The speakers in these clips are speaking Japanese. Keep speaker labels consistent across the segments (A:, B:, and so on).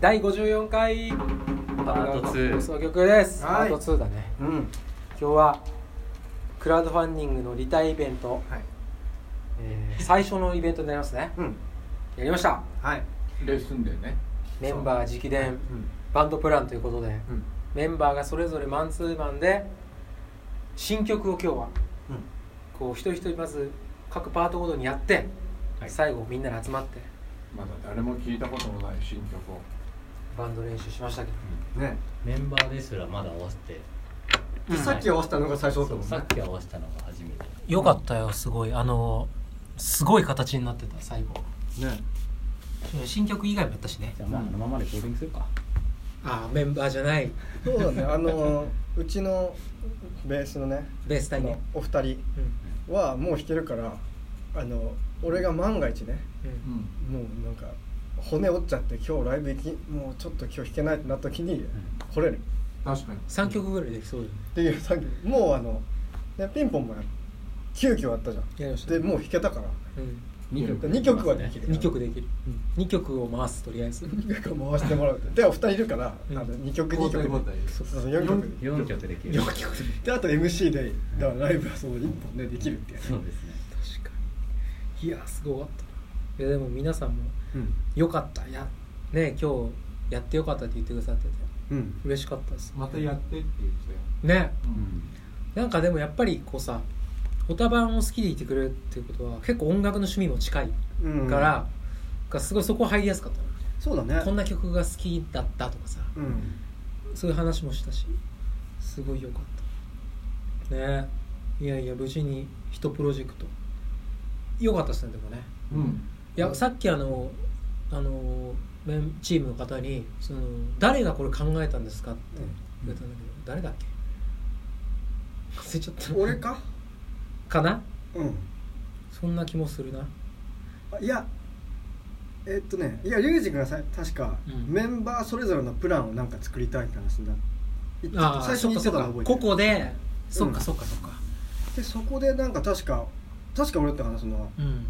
A: 第54回
B: パート2
A: その曲ですパ
C: はい
A: ート2だね
C: うん
A: 今日はクラウドファンディングのリタイイベント、
C: はい
A: え ー最初のイベントになりますね
C: うん
A: やりました
C: はい
D: レッスンでね
A: メンバー直伝
C: うん
A: バンドプランということで
C: うん
A: メンバーがそれぞれマンツーマンで新曲を今日は
C: うん
A: こう一人一人まず各パートごとにやって、
C: はい
A: 最後みんなで集まって
D: まだ誰も聞いたことのない新曲を
A: バンド練習しましたけど
C: ね
E: メンバーですらまだ合わせて
C: さっき合わせたのが最初だったもん
E: さ
C: ね
E: っき合わせたのが初めて
A: よかったよすごいあのすごい形になってた最後
C: ね
A: 新曲以外もやったしね
E: じゃあまああのままレコーディングするか
A: ああメンバーじゃない
C: そうだねあのうちのベースのね
A: ベース隊ね
C: お二人はもう弾けるからあの俺が万が一ね
A: うんうん
C: もうなんか骨折っちゃって今日ライブ行きもうちょっと今日弾けないってなった時に来れる
D: 確かに
A: 3曲ぐらいできそうだよね
C: っていうさっきもうあの、ね、ピンポンもや急遽やったじゃん
A: やりました
C: でもう弾けたから
A: うん
E: 2曲
C: 2曲はできる
A: 2曲できる2曲を回すとりあえず
C: 2曲回してもらうでお二人いるから、
A: うん
C: あの2曲2曲
D: 交代
C: そうそう4曲
E: 4曲できる
C: 4曲であと MC でだからライブはその1本でできるってやつ
E: そうですね
A: 確かにいやすごかったないやでも皆さんも
C: うん
A: よかったやね今日やってよかったって言ってくださってて
C: うん
A: 嬉しかったです
D: またやってって言ってたよ
A: ね
E: うん
A: なんかでもやっぱりこうさオタバンを好きでいてくれるっていうことは結構音楽の趣味も近い
C: うん
A: から、がすごいそこ入りやすかったな
C: そうだね
A: こんな曲が好きだったとかさ
C: うん
A: そういう話もしたしすごい良かったねいやいや無事に一プロジェクト良かったですねでもね
D: うん
A: いやさっきあのあのメンチームの方にその「誰がこれ考えたんですか?」って言われたんだけど、誰だっけ忘れちゃった
C: 俺か
A: かな
C: うん
A: そんな気もするな
C: あいやえっとねいやリュウジ君がさ確か、
A: うん
C: メンバーそれぞれのプランをなんか作りたいって話になって
A: ああ
C: 最初に言ってたの覚えて
A: こ
C: る
A: こでそっ
C: う
A: か
C: ん
A: そっかそっか
C: でそこでなんか確か確か俺だったかなその
A: うん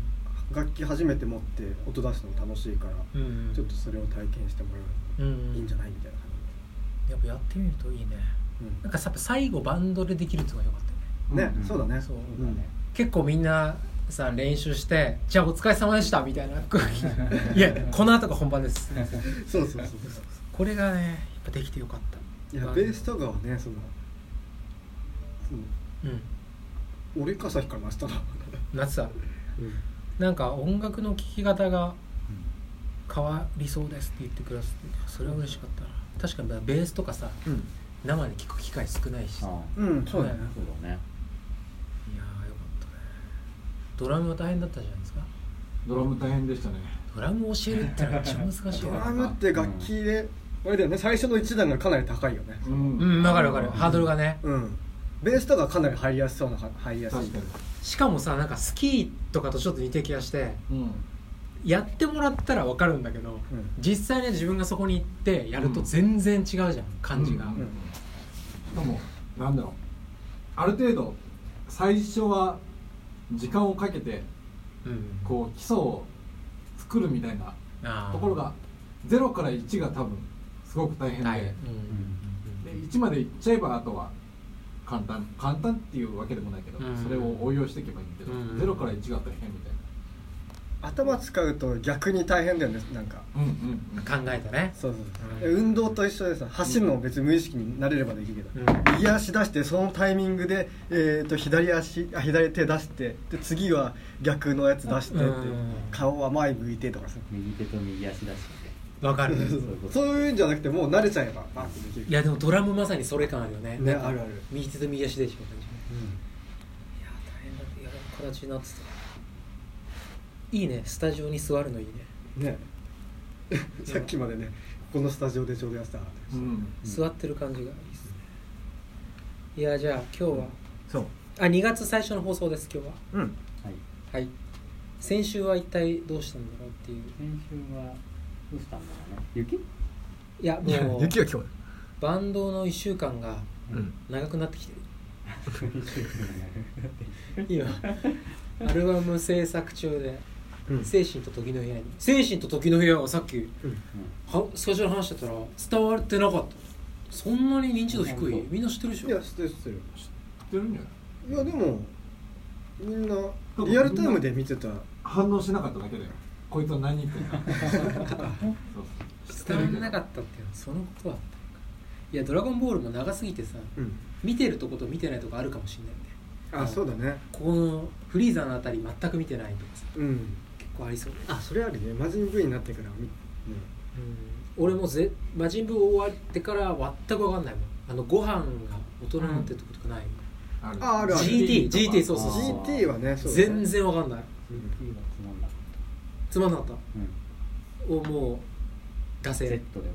C: 楽器初めて持って音出すの楽しいから、
A: うん
C: ちょっとそれを体験してもら
A: う
C: う、
A: ん
C: いいんじゃ
A: ない
C: ないみたいな感
A: やっぱやってみるといいね
C: じ、うん
A: なんかさやっぱ最後バンドでできるっていうのが良かったよね
C: ね、
E: うん
C: そうだね
A: そう
C: だね
A: 結構みんなさ練習して「じゃあお疲れ様でした」みたいな いやこの後が本番です
C: そうそうそう
A: これがねやっぱできてよかっ
C: いやベースとかはねその
A: たうん
C: その俺かさっきから回したな
A: 夏さ、なんか音楽の聴き方が変わりそうですって言ってくださってそれは嬉しかったな確かにベースとかさ
C: うん
A: 生で聴く機会少ないしいやーよ
E: あ
C: うんそうだね
E: あそうだね
A: かったねドラムは大変だったじゃないですか
D: ドラム大変でしたね
A: ドラムを教えるってのは一番難しい
C: ド
A: よ
C: ラムって楽器で、あれだよね最初の一段がかなり高いよね
D: うん
A: うん分かる分かるハードルがね
C: うんベースとかかなり入りやすそうな入りやすい
D: 確か
A: しかもさなんかスキーとかとちょっと似て気がして
D: に
A: やってもらったら分かるんだけど
C: うん
A: 実際ね自分がそこに行ってやると全然違うじゃん、感じが、
D: うん
C: うん
D: しかもなんだろうある程度最初は時間をかけて
A: うん
D: こう基礎を作るみたいな
A: あー
D: ところが0から1が多分すごく大変で,、
A: 大変
D: で1までいっちゃえばあとは簡単簡単っていうわけでもないけど、
A: うん
D: それを応用していけばいいけど、
A: うん
D: 0から1が大変みたいな
C: 頭使うと逆に大変だよねなんか
D: うんうんうん
A: 考えたね、
C: そうそうそう、
A: うん
C: 運動と一緒でさ走るのも別に無意識になれればできるけど、右足出してそのタイミングで、えー、と左足あ左手出してで次は逆のやつ出してって
A: うん
C: 顔は前向いてとかさ
E: 右手と右足出して
A: わかる
C: そう
E: いうこと
C: いうんじゃなくてもう慣れちゃえばバッてできる
A: いやでもドラムまさにそれ感あるよね
C: ね
A: なんか
C: あるある
A: 右手と右足でしょ感じねいや大変だいや形になってたいいねスタジオに座るのいいね、
C: ね さっきまでねこのスタジオでちょうどやってたからね
D: うん
A: 座ってる感じがいいですねいやじゃあ今日は
C: そう
A: あ2月最初の放送です今日は
C: うん
E: はい
A: はい先週は一体どうしたんだろうっていう
E: 先週はどうしたんだろうね雪
A: い や もう
C: は今日
A: バンドの1週間が
C: うん
A: 長くなってきてる 今アルバム制作中で
C: うん
A: 精神と時の部屋に精神と時の部屋はさっき
C: うん
A: はスカジュアル話してたら伝わってなかったそんなに認知度低いみんな知ってるでし
C: いや
A: ょ
C: 知ってる知ってる
D: てるんじゃない
C: いやでもみんなリアルタイムで見てた
D: 反応しなかっただけだよこいつは何言ってん だそうそう
A: 伝わんなか
D: っ
A: ったっていうのはそのことだったのかいや「ドラゴンボール」も長すぎてさ
C: うん
A: 見てるとこと見てないとこあるかもしれないんで
C: あそうだね
A: ここのフリーザのあたり全く見てないとかさ
C: うん
A: 結構ありそうで
C: あそれあるねマジンブーになってからみね
A: 俺もぜ魔人ブー終わってから全く分かんないもんあのご飯が大人になってるってことない、
D: た
C: ああるある
A: GT GT そうそうそう
E: あ
C: GT はねそうだね
A: 全然分かんない
C: うん
E: いいがつまんなかった
A: つまんなかっ
E: うん
A: たをもう出せ
E: Z
A: Z
E: で
A: で
E: 終わ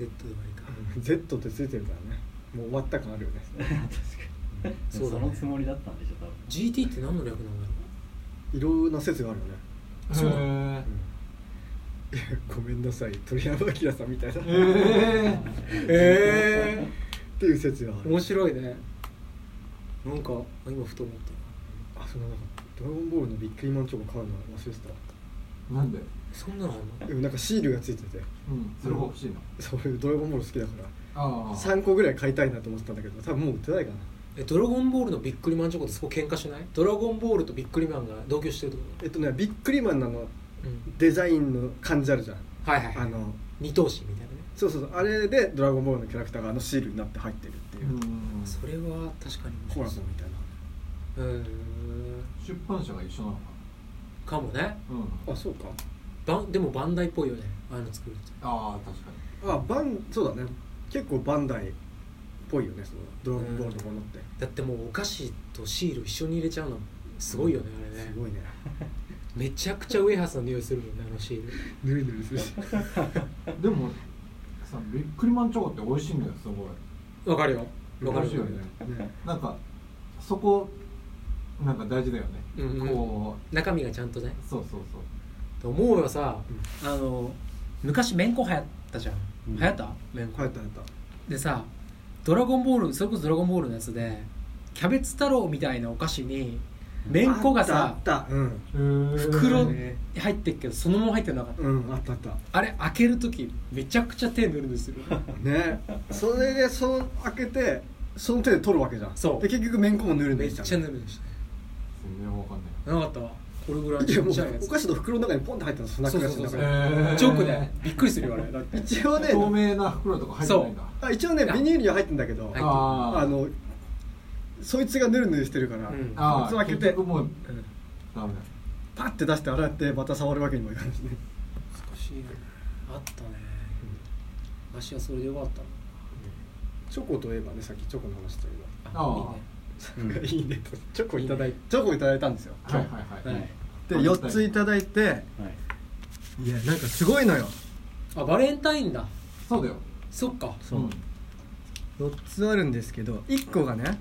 E: り
A: もいいか
C: Z ってついてるからねもう終わった感あるよね
A: そうだね
E: のつもりだったんでしょ多分
A: GT って何の略なんだろ
C: いろんな説があるよね、
A: そうな
D: へ
C: うんいやごめんなさい鳥山明さんみたいな、
D: ええ
A: うえ
C: っていう説がある
A: 面白いねなんか今ふと思った
C: あそんななんかドラゴンボールのビックリマンチョコ買うの忘れて
D: ー、なんで、
A: そんなのあんの
C: たでもなんかシールがついてて
D: うん、それが欲しいの
C: そういうドラゴンボール好きだか
D: あ
C: ら
D: あ
C: 3個ぐらい買いたいなと思ってたんだけど多分もう売ってないかな
A: えドラゴンボールのビックリマンチョコとそこ喧嘩しないドラゴンボールとビックリマンが同居してるってこ
C: えっとねビックリマンのあの
A: と、うん、
C: デザインの感じあるじゃん
A: はいはい、は
C: あ
A: い、
C: の
A: 二等身みたいなね
C: そうそうそうあれで「ドラゴンボール」のキャラクターがあのシールになって入ってるっていうう、
D: ん
A: それは確かに面
C: コ
A: 白
C: ラ
A: い
C: ボみたい
A: うん
D: 出版社が一緒なのか
A: かもね
D: なうん
C: なあそうか
A: バンでもバンダイっぽいよねああいうの作るって
D: ああ確かに
C: あバンそうだね結構バンダイっぽいよねそのドラゴンボールのものって、
A: だってもうお菓子とシール一緒に入れちゃうのすごいよね、あれね
C: すごいね
A: めちゃくちゃウエハースの匂いするもんねあのシール
C: ぬるぬるするし
D: でもさビックリマンチョコって美味しいんだよすごい
A: わかるよわか
D: 美味
A: る
D: しいよね
C: ね
D: なんかそこなんか大事だよね、
A: うんうん
D: こ
A: 中身がちゃんとね
D: うそうそうそう
A: と思うよさ、あの昔めんこ流行ったじゃん、
E: うん
A: 流行っためんこ
C: 入った入った
A: でさ「ドラゴンボール」それこそ「ドラゴンボール」のやつでキャベツ太郎みたいなお菓子にめんこがさ
C: あったあったうん
A: 袋入ってっけどそのまま入ってなかった
C: うんあったあった
A: あれ開ける時めちゃくちゃ手塗るんですよ
C: ねそれでその開けてその手で取るわけじゃん
A: そう
C: で結局めんこもぬる ぬ
A: めっ
C: るし
A: ちゃ塗
C: ん
A: るんでし
D: 全然わかんない
A: たなかったわこれぐらい
C: い
A: ち
C: や
A: っ
C: もう
A: ちゃいや
C: お
A: つ
C: 菓子の袋の中にポンって入ったのその中菓子の
A: そうそうそ
C: 中に
A: う
D: へー
A: チョークでびっくりするよあれだって
C: 一応ね
D: 透明な袋とか入ってないんだ
C: あ一応ねビニールには入ってんだけ
A: は
C: ど、
A: い
D: あ
C: あのそいつがぬるぬるしてるから、
A: うん
D: あ
C: そいつ
D: あ
C: 開けて、
D: 結局もう
C: うん
D: ダメだ
C: パッて出して洗ってまた触るわけにもいかないしね
A: 難しいなあったね昔はそれでよかったな
C: チョコといえばねさっきチョコの話したけ
D: あ
E: うん
C: ど、いいねチョコいただいチョコいただいたんですよ
D: はいはいはい、
A: は
E: はいい
C: で4ついただいて
E: はい
C: いやなんかすごいのよ
A: あバレンタインだ
D: そうだよ
A: そっか
E: そう
D: うん
C: 4つあるんですけど1個がね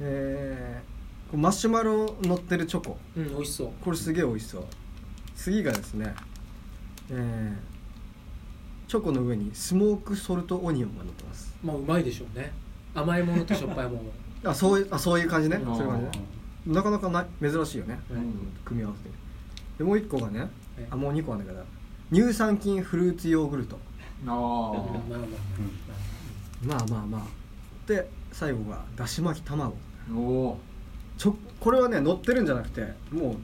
C: えーこうマシュマロ乗ってるチョコ
A: うん美味しそう
C: これすげえ美味しそう次がですねえーチョコの上にスモークソルトオニオンが乗ってます
A: まあうまいでしょうね甘いものとしょっぱいもの
C: あそういうあそういう感じね
D: うん
C: そういう感じねなかなかない珍しいよね
D: うん
C: 組み合わせてでもう1個がね
A: え
C: あもう2個あるんだけど乳酸菌フルーツヨーグルト
D: あ
A: まあまあまあま
C: ま
D: あ
C: あまあまあで最後がだし巻き卵
D: おお
C: ちょこれはね乗ってるんじゃなくても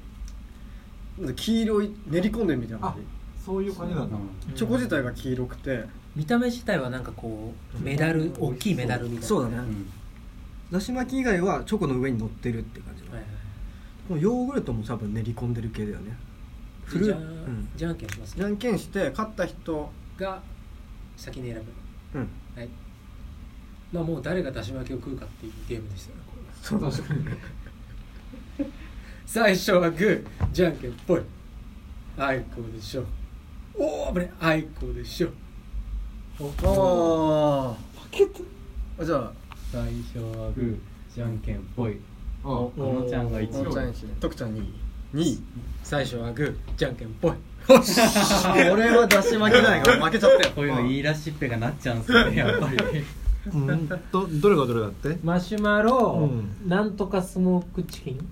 C: うなんか黄色い練り込んでるみたいな
D: あ
C: 感
D: そういう感じなんだ
A: あ
C: じチョコ自体が黄色くて、
A: 見た目自体はなんかこうメダル大きいメダルみたいな
C: そうだ
E: う
C: ね
E: ん
C: だし巻き以外はチョコの上に乗ってるって感じだ
A: はいはい
C: このヨーグルトも多分練り込んでる系だよねフル
A: じゃ
C: ー
A: ん
C: うん
A: じゃんけんします
C: じゃんけんして勝った人
A: が先に選
C: うん
A: ぶはいまあもう誰が出し負けを食うかっていうゲームでしたねこれ
C: そうだ
D: 確かに
A: 最初はグーじゃんけんぽいあいこでしょおおぶねあいこでしょ
C: あああじゃあ
E: 最初はグーじゃんけんぽい
D: あ
E: お小野ちゃんが一
C: お
E: 位
C: のちゃん一徳ちゃん2位2位
A: 最初はグーじゃんけんぽい
C: 俺は出し巻きないから負けちゃったよ
E: こういうの言い出しっぺがなっちゃうんすよねやっぱり
B: うんどどれがどれだって
A: マシュマロ、
C: う
A: なんとかスモークチキン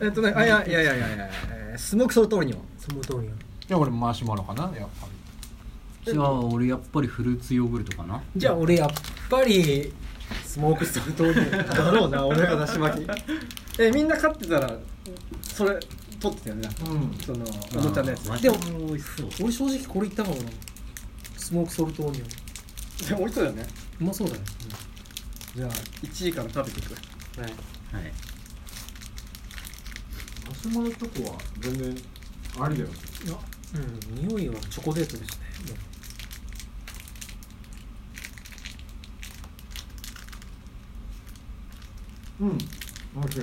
C: えっとねあいやいやいやいやいやえ
F: えースモークソルトオニオン
A: その通りや
B: じゃあ俺マシュマロかなやっぱり
E: じゃあ俺やっぱりフルーツヨーグルトかな
A: じゃあ俺やっぱりスモークストーン通り
C: だろうな俺がだし巻き えみんな勝ってたらそれ取ってたよね
D: うん
C: そのおもちゃのやつ
E: あー
A: でも
E: マシュマロ美味しそう
A: 俺正直これ言ったかもなスモークソルトオニオン
C: でも美味しそうだよね
A: うまそうだね、
C: じゃあ1位から食べていく
A: はい
E: はい
D: マシュマロチョコは全然ありだよ
A: いやうん匂いはチョコレートですね
D: うん美味しい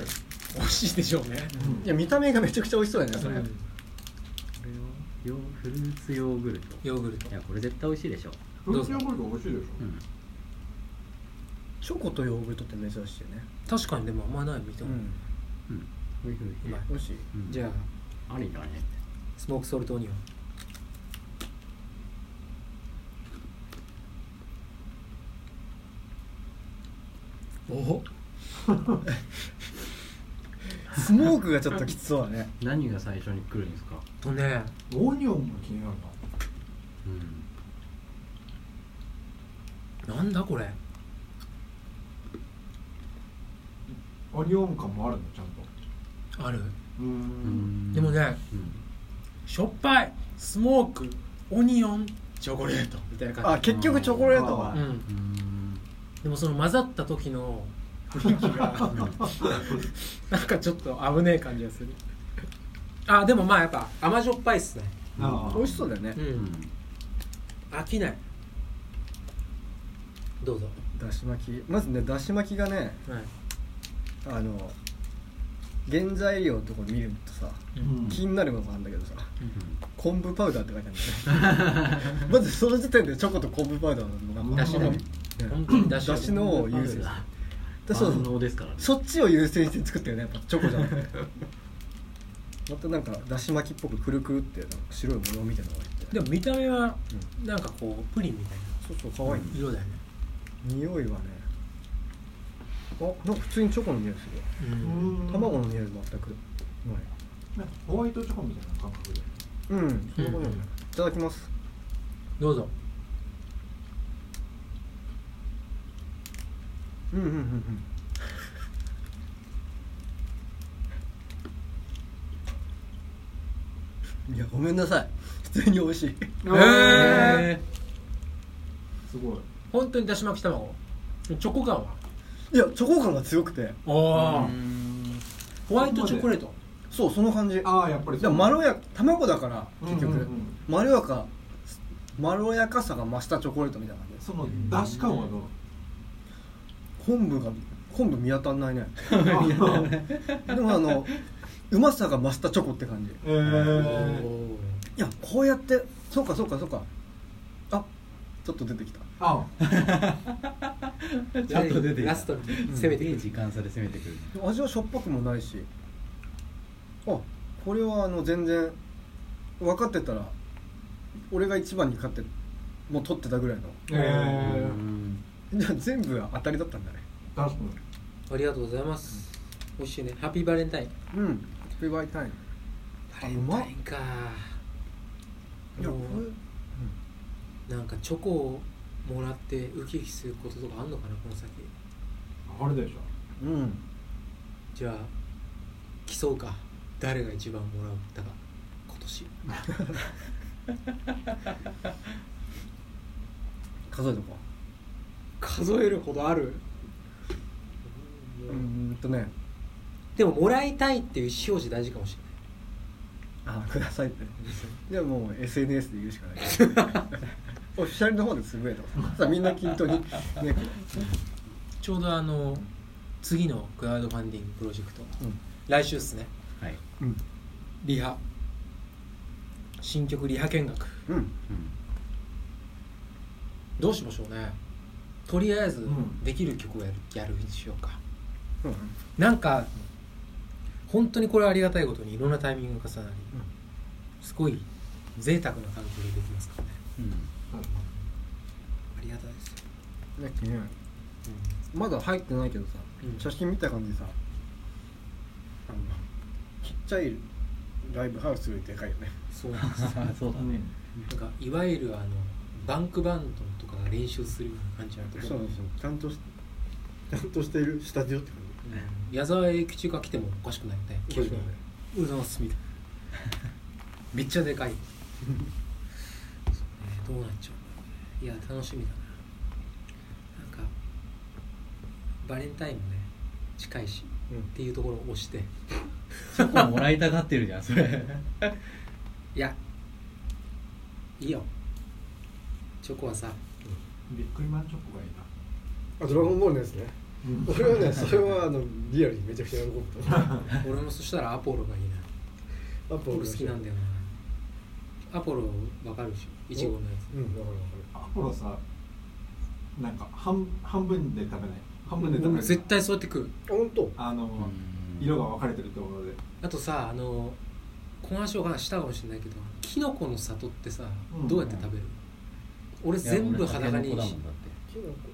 A: 美味しいでしょうね
D: うん
C: いや見た目がめちゃくちゃ美味しそうだよねそれ
E: これをヨーフルーツヨーグルト
A: ヨーグルト
E: いやこれ絶対美味しいでしょ
D: フルーツヨーグルト美味しいでし
E: うん
C: チョコとヨーグルトって珍しいよね
A: 確かにでもあんまない見た
C: う
A: も、うん
E: うん美味しい美
A: まい
E: 味し
C: 美味しい
E: いうん
A: じゃあ
E: ありだね
A: スモークソルトオニオンお
C: スモークがちょっときつそうだね
E: 何が最初に来るんですか
A: とね
D: ょオニオンが気になる
E: うん
A: なんだこれ
D: なオニオン感もあるのちゃんと
A: ある
D: うー
E: うんん
A: でもね
E: うん
A: しょっぱいスモークオニオンチョコレートみたいな感
C: あ結局チョコレート
A: じ
C: は
A: うん
E: うん
A: でもその混ざった時の雰囲気がなんかちょっと危ねえ感じがするあでもまあやっぱ甘じょっぱいっすね
D: あ
C: 美味しそうだよね
A: う
E: うんん
A: 飽きないどうぞ、
C: だし巻きまずねだし巻きがね
A: はい
C: あの原材料のとこ見るとさ
D: うん
C: 気になるものがあるんだけどさ昆布パウダーって書いてあるんだね まずその時点でチョコと昆布パウダーの
A: だしだね本当にだし
C: だしのを優先してでそ
E: 万
C: う
E: 能ですからね
C: そっちを優先して作ってるねやっぱチョコじゃなくて またなんかだし巻きっぽくくるくるってなんか白い模様みたいなのが入って
A: でも見た目はなんかこうプリンみたい
C: そうそうかわいい、
A: な色だよね、
C: 匂いはねあなんか普通にチョコの匂いするよ
A: う
D: うんん
C: 卵の匂いも全くない
D: なんかホワイトチョコみたいな感覚で
C: うん、
A: うん
C: そんなことないいただきます
A: どうぞ
C: うんうんうんうんいやごめんなさい普通に美味しい
A: ええ
D: すごい
A: 本当にだし巻き卵チョコ感はい
C: やチョコ感が強くて
A: おお、ホワイトチョコレート
C: そうその感じ
D: ああやっぱりそう
C: でもまろやか卵だから
D: うんうんうん
C: 結局、まろやかまろやかさが増したチョコレートみたいな感じです
D: その出汁感はどう
C: 昆布が昆布見当たんない ね
D: あ
C: でもあのうまさが増したチョコって感じ
D: えー
A: おー
C: いやこうやってそうかそうかそうかあちょっと出てきた
D: あ
E: ちゃんと出てきた
A: ラストに攻めてく
E: い
A: る、
E: い時間差で攻めてくるね
C: 味はしょっぱくもないしあこれはあの全然分かってたら俺が一番に勝ってもう取ってたぐらいの
D: ええ
E: うん
C: じゃあ全部当たりだったんだね
D: 確か
A: ありがとうございます美味しいねハッピーバレンタイン
C: うんフィバイタイム
A: バレンタインか
C: いやこ
A: もうなんかチョコをもらってウキウキすることとかあんのかなこの先
D: にあれでしょ
C: れうん
A: じゃあ競うか誰が一番もらったか今年
C: 数えとこ
A: 数えるほどある
C: ううーんとね
A: でももらいたいっていう意思表示大事かもしれない
C: あくださいって じゃあもう SNS で言うしかない オフィシャルの方でつぶやいてますさあみんな均等にね
A: ちょうどあの次のクラウドファンディングプロジェクト、
C: うん
A: 来週っすね
E: はい
C: うん
A: リハ新曲リハ見学
C: うん
E: うん
A: どうしましょうねとりあえず
D: ん
A: できる曲をやるやるにしようか
C: うん
A: なんか本当にこれはありがたいことにいろんなタイミングが重なり、すごい贅沢な環境でできますからね
E: うん
D: 確か
A: ありがたいですよ、
C: ねねまだ入ってないけどさ、
A: うん
C: 写真見た感じさあのちっちゃいライブハウスよりでかいよね
A: そうなん ですよ
E: そうだね
A: なんかいわゆるあのバンクバンドとかが練習するような感じなんだけど、
C: ちゃんとしちゃんとしてるスタジオって感
A: うん矢沢永吉が来てもおかしくないよね急に「うざます」みたいなめっちゃでかいそうねどうなっちゃうのいや楽しみだななんかバレンタインもね近いし、
C: うん
A: っていうところを押して
E: チョコもらいたがってるじゃんそれ
A: いやいいよチョコは さ
D: ビックリマンチョコがいいな
F: あドラゴンボールのやつね俺はねそれはあのリアルにめちゃくちゃ 喜ぶと思う
A: 俺もそしたらアポロがいいな
F: ア
A: アポロ好きなんだよなアポロわかるでしょいちごのやつ
F: うんだから
D: アポロさなんか半半分で食べない半分で食べ
A: 俺
D: な
A: も
D: い
A: 絶対そうやって食う
F: あ本当
D: あの、色が分かれてるところで
A: あとさあのこの話をしたかもしれないけどキノコの里ってさ、
D: うん
A: どうやって食べる俺全部裸に
E: いや俺タケノコ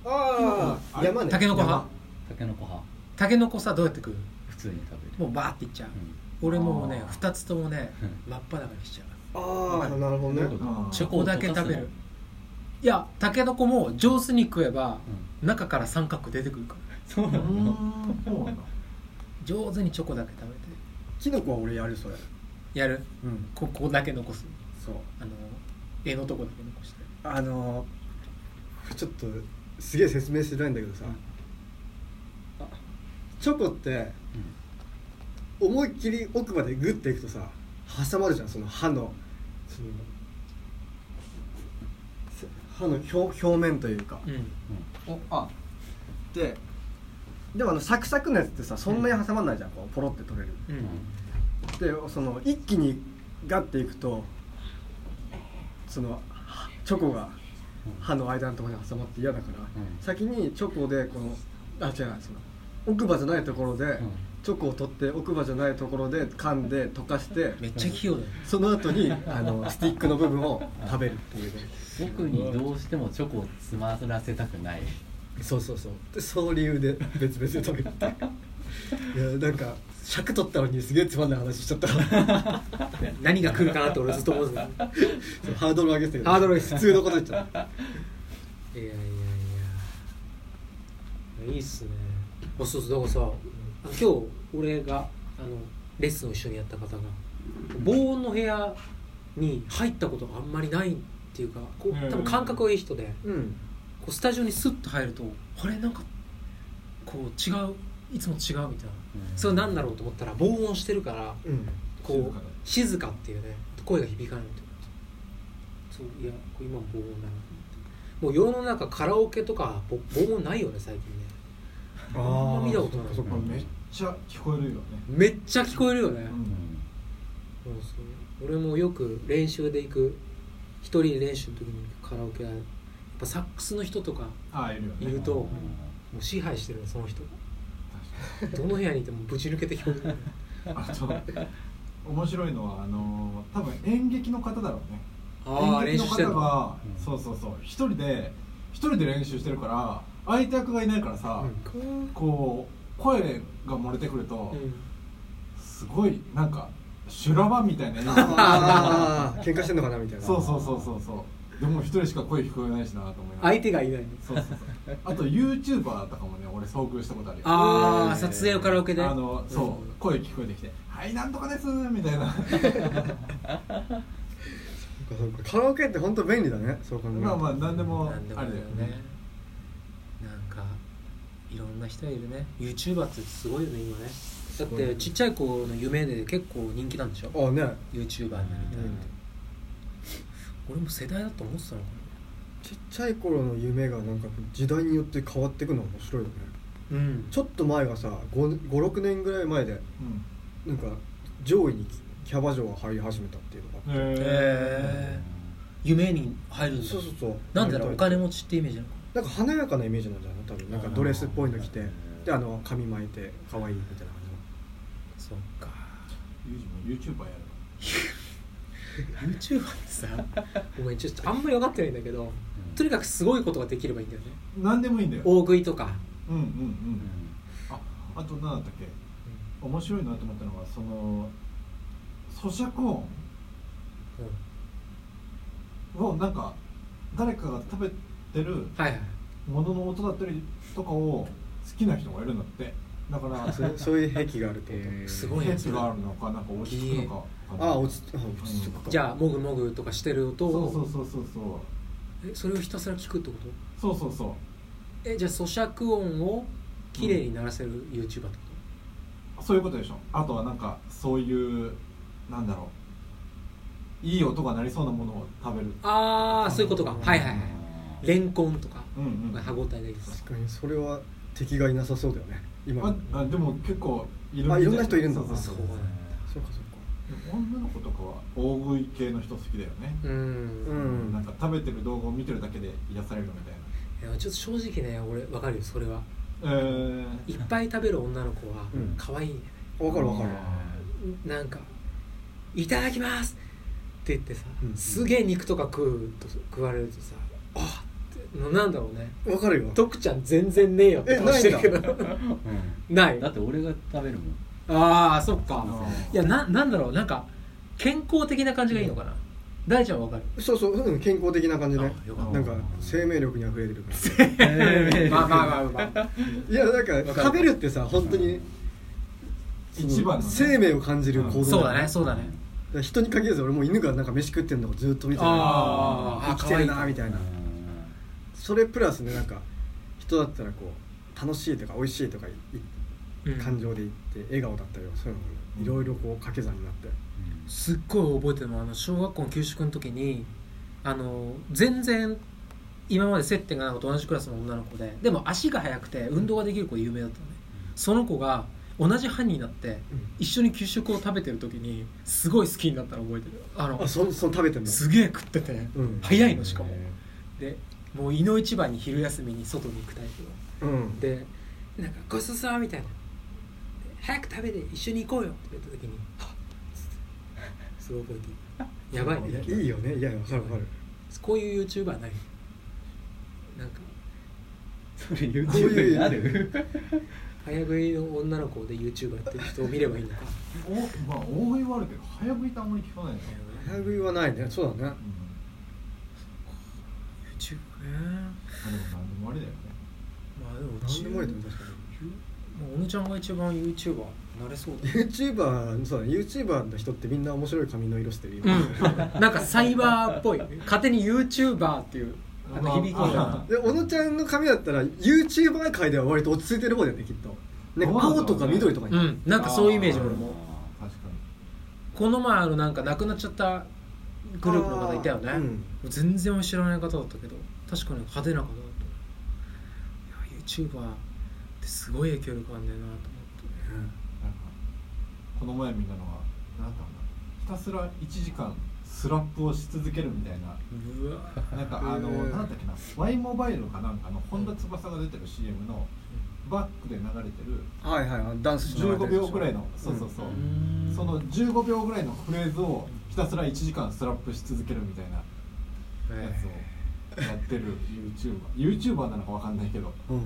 E: だもんだっ
F: キノコあ
D: キ
E: て
F: あ
D: ノコあれ
F: 山ね
A: タケノコ派
E: タケノコ派
A: タケノコさどうやって食う
E: 普通に食べる
A: もうバーっていっちゃう、
E: うん
A: 俺もうね
D: あー
A: 2つともね
E: う
A: 真っ裸にしちゃう
F: ああなるほどね
E: どういうこと
D: うん
A: チョコだけ食べ
E: チョコを溶
A: る
E: かすの
A: いやタケノコも上手に食えば、
E: う
A: 中から三角出てくるから
E: そう
D: う
E: な
D: ー
E: の
D: ん そうなんだ
A: 上手にチョコだけ食べて
C: キノコは俺やるそれ
A: やる
C: うん
A: ここだけ残す
C: そう
A: あの絵のとこだけ残して
C: あの
F: ちょっとすげえ説明しづらいんだけどさ、
A: うん
F: あチョコって思いっきり奥までグッていくとさ挟まるじゃんその歯のそのせ
C: 歯の表表面というか
A: うん
B: おあ
C: ででもあのサクサクのやつってさそんなに挟まんないじゃん、こうポロって取れる
A: うん、
C: でその一気にガッていくとそのはチョコが歯の間のところに挟まって嫌だから、
E: うん
C: 先にチョコでこのあ違うその奥歯じゃないところで、
E: ん
C: チョコを取って奥歯じゃないところで噛んで溶かして
A: めっちゃ器用だよ
C: その後にあのスティックの部分を食べるっていうね
E: 僕にどうしてもチョコを詰まらせたくない
F: そうそうそうでその理由で別々で食べる っていういやなんか尺取ったのにすげえつまんない話しち ゃった
A: 何が来るかなって俺ずっと思ってた
F: そうハードル上げてたけど
A: ハードル上げてた
F: 普通のこと言っちゃった
A: いやいやいやいいっすねあそうそうだからさ今日俺があのレッスンを一緒にやった方が防音の部屋に入ったことがあんまりないっていうかこう多分感覚がいい人で
F: うん
A: こうスタジオにスッと入るとあれなんかこう違ういつも違うみたいなそれは何だろうと思ったら防音してるから
F: うん
A: こう静かっていうね声が響かないってことそういやこれ今も防音だなもう世の中カラオケとかぼ防音ないよね最近ねあんま見たことない
F: そっかそっか
D: めっちゃ聞こえるよね、
A: めっちゃ聞こえるよね、
D: うん、
E: うん
A: そうそう俺もよく練習で行く一人で練習の時にカラオケはやっぱサックスの人とか
D: ああいるよね
A: いると
E: う
A: も
E: ん
A: う支配してるのその人がどの部屋にいてもぶち抜けて聞こえる
D: 確かにあと面白いのはあの多分演劇の方だろうね
A: ああ
D: 演
A: 練
D: 劇
A: 習
D: の
A: してる
D: 方
A: の
D: が、そうそうそう一人で一人で練習してるから相手役がいないからさ、こう声が漏れてくると、
A: うん
D: すごいなんか修羅場みたいな演劇
F: ああ喧嘩してんのかなみたいな
D: そうそうそうそうそうでも一人しか声聞こえないしなと思いながら
A: 相手がいないの
D: そうそうそうあと YouTuber とかもね俺遭遇したことあるよ
A: ああ撮影をカラオケで
D: あのそう、声聞こえてきて「はいなんとかです」みたい な
F: そうかそうかカラオケって本当便利だねそう考えると
D: まあまあ何でも
A: なんでも
D: あ
A: あ
D: れ
A: る
D: だ
A: よ
D: よ
A: ね
D: ね
A: なんかいろんな人がいるね YouTuber ってすごいよね今ねだってちっちゃい子の夢で結構人気なんでしょ
F: ああね
A: YouTuber になりたいって、
F: うん
A: 俺も世代だと思ってたのか
F: ちっちゃい頃の夢がなんか時代によって変わってくの面白いよね
A: なうん
F: ちょっと前がさ56年ぐらい前で
D: うん
F: なんか上位にキャバ嬢が入り始めたっていうのがあって、
A: えー、夢に入るんだ
F: そうそうそう
A: なんだろうお
F: 割と
A: 金持ちってイメージなのか
F: なんか華やかなイメージなんじゃないの多分なんかドレスっぽいの着て
E: あー
F: であの髪巻いて可愛いみたいな感
A: なそっか
D: ユージも YouTuber やる
A: YouTuber ってさごめんちょっとあんまり分かってないんだけどとにかくすごいことができればいいんだよね
D: の何でもいいんだよ
A: 大食いとか
D: うんうんう
E: うん
D: んああと何だったっけ面白いなと思ったのはその咀嚼音をなんか誰かが食べてる
A: はいはい
D: ものの音だったりとかを好きな人がいるんだって だから
C: そう そういう癖があるってこと
A: すごい
D: ヘ
A: ね
D: ッ
A: それ
D: があるのかなんか落ち着くのかわかんない
C: ああ落ちあ落ち着くか
A: じゃあもぐもぐとかしてる音
D: そう
A: を
D: そうそうそうそう
A: えそれをひたすら聞くってこと
D: そうそうそう
A: えじゃあ咀嚼音をきれいに鳴らせる YouTuber ってこ
D: そういうことでしょあとはなんかそういうなんだろういい音が鳴りそうなものを食べる
A: と、ああそういうことかはいはいはいレンコンとか
D: うんうん
A: 歯応えがいいです
C: 確かにそれは敵がいなさそうだよね今
D: ああでも結構いる
C: あいろんな人いるんだ
D: そうそうそう
A: そうなんだ
C: そうかそう
D: 女の子とかは大食い系の人好きだよね、
A: う
C: かうんん
D: なんか食べてる動画を見てるだけで癒されるみたいない
A: やちょっと正直ね俺わかるよそれは
D: えー、
A: いっぱい食べる女の子は
C: うん
A: 可愛いね、
C: わかるわかる
A: なんか「いただきます!」って言ってさ、
C: うん
A: すげえ肉とか食うと食われるとさ「あっ!」ってなんだろうね
C: わかるよ
A: 徳ちゃん全然ねえよって
C: え
A: 顔してる けどない
E: だって俺が食べるもん
A: ああそっか
D: あの
A: いやななんだろうなんか健康的な感じがいいのかな、大ちゃんわかる
C: そうそううん健康的な感じね
A: あよ
D: かった
C: なんか生命力に溢れてるか ら
A: まあまあまあまあ、まあ、
C: いやなんか食べるってさ本当に
D: 一番のね
C: 生命を感じる行 動
A: そう
C: よ
A: だねそうだね
C: だから人に限らず俺も犬がなんか飯食ってるのをずっと見て
A: あー
C: 生きてるな
A: あ
C: みたいなそれプラスねなんか人だったらこう楽しいとか美味しいとかい
A: うん
C: 感情で言って笑顔だったりとかそういうのも
D: うん
C: いろいろこう掛け算になって
A: すっごい覚えてるのはあの小学校の給食の時にあの全然今まで接点がなかった同じクラスの女の子ででも足が速くて運動ができる子で有名だったのねその子が同じ班になって一緒に給食を食べてる時にすごい好きになったの覚えてるあの
C: あそその食べてんの
A: すげえ食ってて
C: うん
A: 早いのしかもでもう井の一番に昼休みに外に行くタイプの
C: うん
A: でなんか「ごちそうさま」みたいなで「早く食べて一緒に行こうよ」って言った時に「はっ」つってすごい覚えてるやばいね
C: いいよねいやわかるわかる
A: こういう YouTuber ないなんか
E: それ
C: こうい
E: YouTube
C: う
E: になる
A: 早食いの女の子で YouTuber やってる人を見ればいいのか
D: おまあ大食いはあるけど早食いってあんまり聞かないね、
C: 早食いはないねそうだね
D: うん、
A: YouTube ね
D: あでも何でもありだよね
A: まあでも
C: 何でもありだ
A: も
C: ね確かに
A: う小野ちゃんが一番 YouTuber なれそうだ
C: YouTuber そうだね YouTuber の人ってみんな面白い髪の色してるよ、
A: うん、なんかサイバーっぽい勝手に YouTuber っていうあの響きが
D: あ
C: で小野ちゃんの髪だったら YouTuber 界では割と落ち着いてる方だよねきっとなんか青とか緑とかに、
A: うん、なんかそういうイメージ俺も
D: 確か
A: この前あのなんか亡くなっちゃったグループの方いたよね、
C: あーうん
A: 全然知らない方だったけど確かに派手な方だったいや YouTuber ってすごい影響力あんねんなと思って
C: うん
D: になんかこの前見たのは何だろうなひたすら1時間スラップをし続けるみたいな
A: うわ
D: なんかあの、
C: へー
D: なんだったっけな Y モバイルかなんかの本田翼が出てる CM のバックで流れてる
C: はいはいあのダンスしながら
D: 15秒ぐらいのそうそうそう、その15秒ぐらいのフレーズをひたすら1時間スラップし続けるみたいなや つをやってる YouTuberYouTuber なのかわかんないけど
C: うん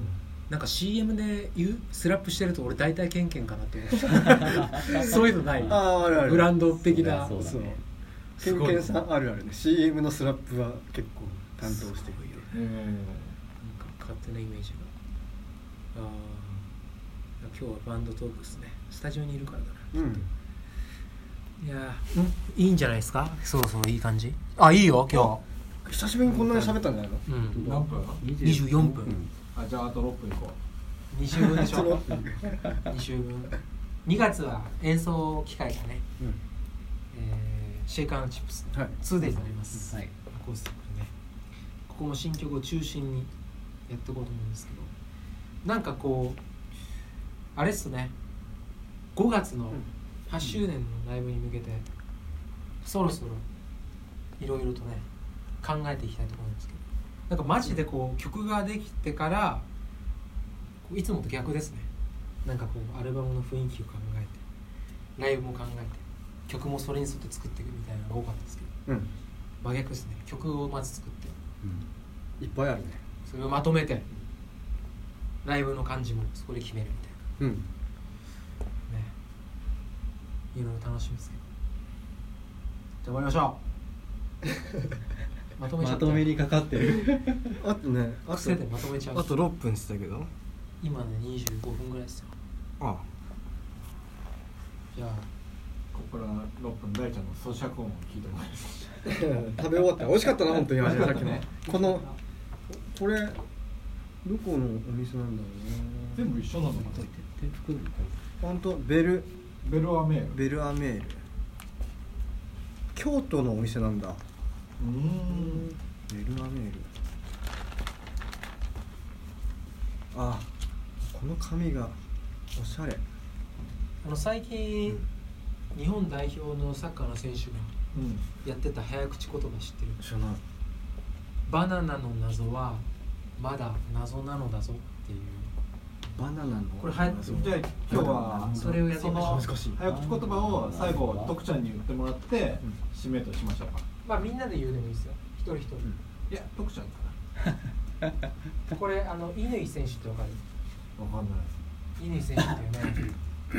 A: なんか CM で言うスラップしてると俺大体ケンケンかなって 思うそういうのない
C: あああるある
A: ブランド的な
E: そうだ
C: そう
E: ね
C: ケンケンさんあるあるね CM のスラップは結構担当してくれる
D: えー
A: なんか勝手なイメージがああ今日はバンドトークですねスタジオにいるからだな
C: うん
A: いやいいんじゃないですかそろそろいい感じあいいよ今
C: 久しぶりにこんなに喋ったんじゃないの
A: 日うん
D: 何分
A: 24分
D: あじゃああと6分いこ
A: 2週分でしょ2週分2月は演奏機会がね、
C: うん
A: えーシェイカーチップス
C: はい
A: 2デイズになります、
E: はい
A: アコースティックねここも新曲を中心にやっていこうと思うんですけどなんかこうあれっすね5月の8周年のライブに向けて、そろそろいろいろとね考えていきたいところなんですけどなんかマジでこう曲ができてからこういつもと逆ですねなんかこうアルバムの雰囲気を考えてライブも考えて曲もそれに沿って作っていくみたいなのが多かったんですけど
C: うん
A: 真逆ですね曲をまず作って
C: いっぱいあるね
A: それをまとめてライブの感じもそこで決めるみたいな
C: うん
A: ねいろいろ楽しみですけど
G: 終わりましょ
A: まとめちゃ
E: ま
A: った
E: とめにかかってる
C: あとねあと
A: 癖でまとめちゃう
C: あと6分したけど
A: 今ね25分ぐらいですよ
C: あ
A: いや
D: ここから6分大ちゃんの咀嚼音を聞いてもらいます
C: あ食べ終わった美味しかったな本当にあれさっきのこのこれどこのお店なんだろう
D: 全
C: ね
D: 部一緒なのかな
C: 本当ベル
D: ベルアメール
C: ベルアメール京都のお店なんだ
D: うーん
C: ベルアメールあこの紙がおしゃれ
A: あの最近日本代表のサッカーの選手が
D: うん
A: やってた早口言葉知ってる
C: 知らない
A: バナナの謎はまだ謎なのだぞっていう
C: バナナの
A: これはや
C: 謎
D: じゃあ今日は
A: それをやってみましょう
C: 難しい
D: 早口言葉を最後徳ちゃんに言ってもらって締めとしましょうか
A: まあみんなで言うでもいいですよ一人一人、
D: いや徳ちゃんか
A: これあの乾選手ってわかる
D: なわかんない
A: 乾選手っていうねこ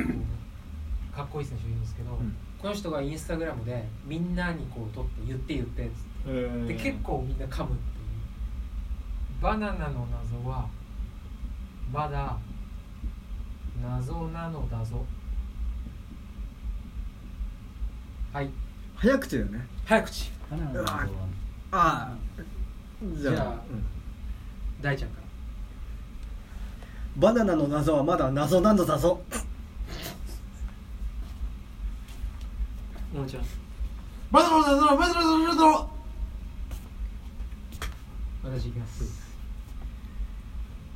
A: うかっこいい選手いるんですけど、
C: ん
A: この人がインスタグラムでみんなにこう撮って言って言ってっつって
D: えー
A: で結構みんな噛むっていうバナナの謎はまだ謎なのだぞはい
C: 早口だよね
A: 早口
E: バナナの謎は
C: ああ
A: じ
C: じ
A: ゃあ
C: ゃあうん
A: 大ちゃんから
C: バナナの謎はまだ謎なのだぞ
A: 小野ちゃん
D: バトルだぞバトルだぞバトルだぞ
A: 私行きます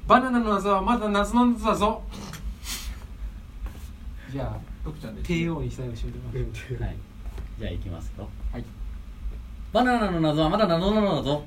A: バナナの謎はまだ謎なのだぞじゃあ
D: 徳ちゃんで
A: 帝王に最後しようと思います
E: はいじゃあいきますよ
A: はい
E: バナナの謎はまだ謎なのだぞ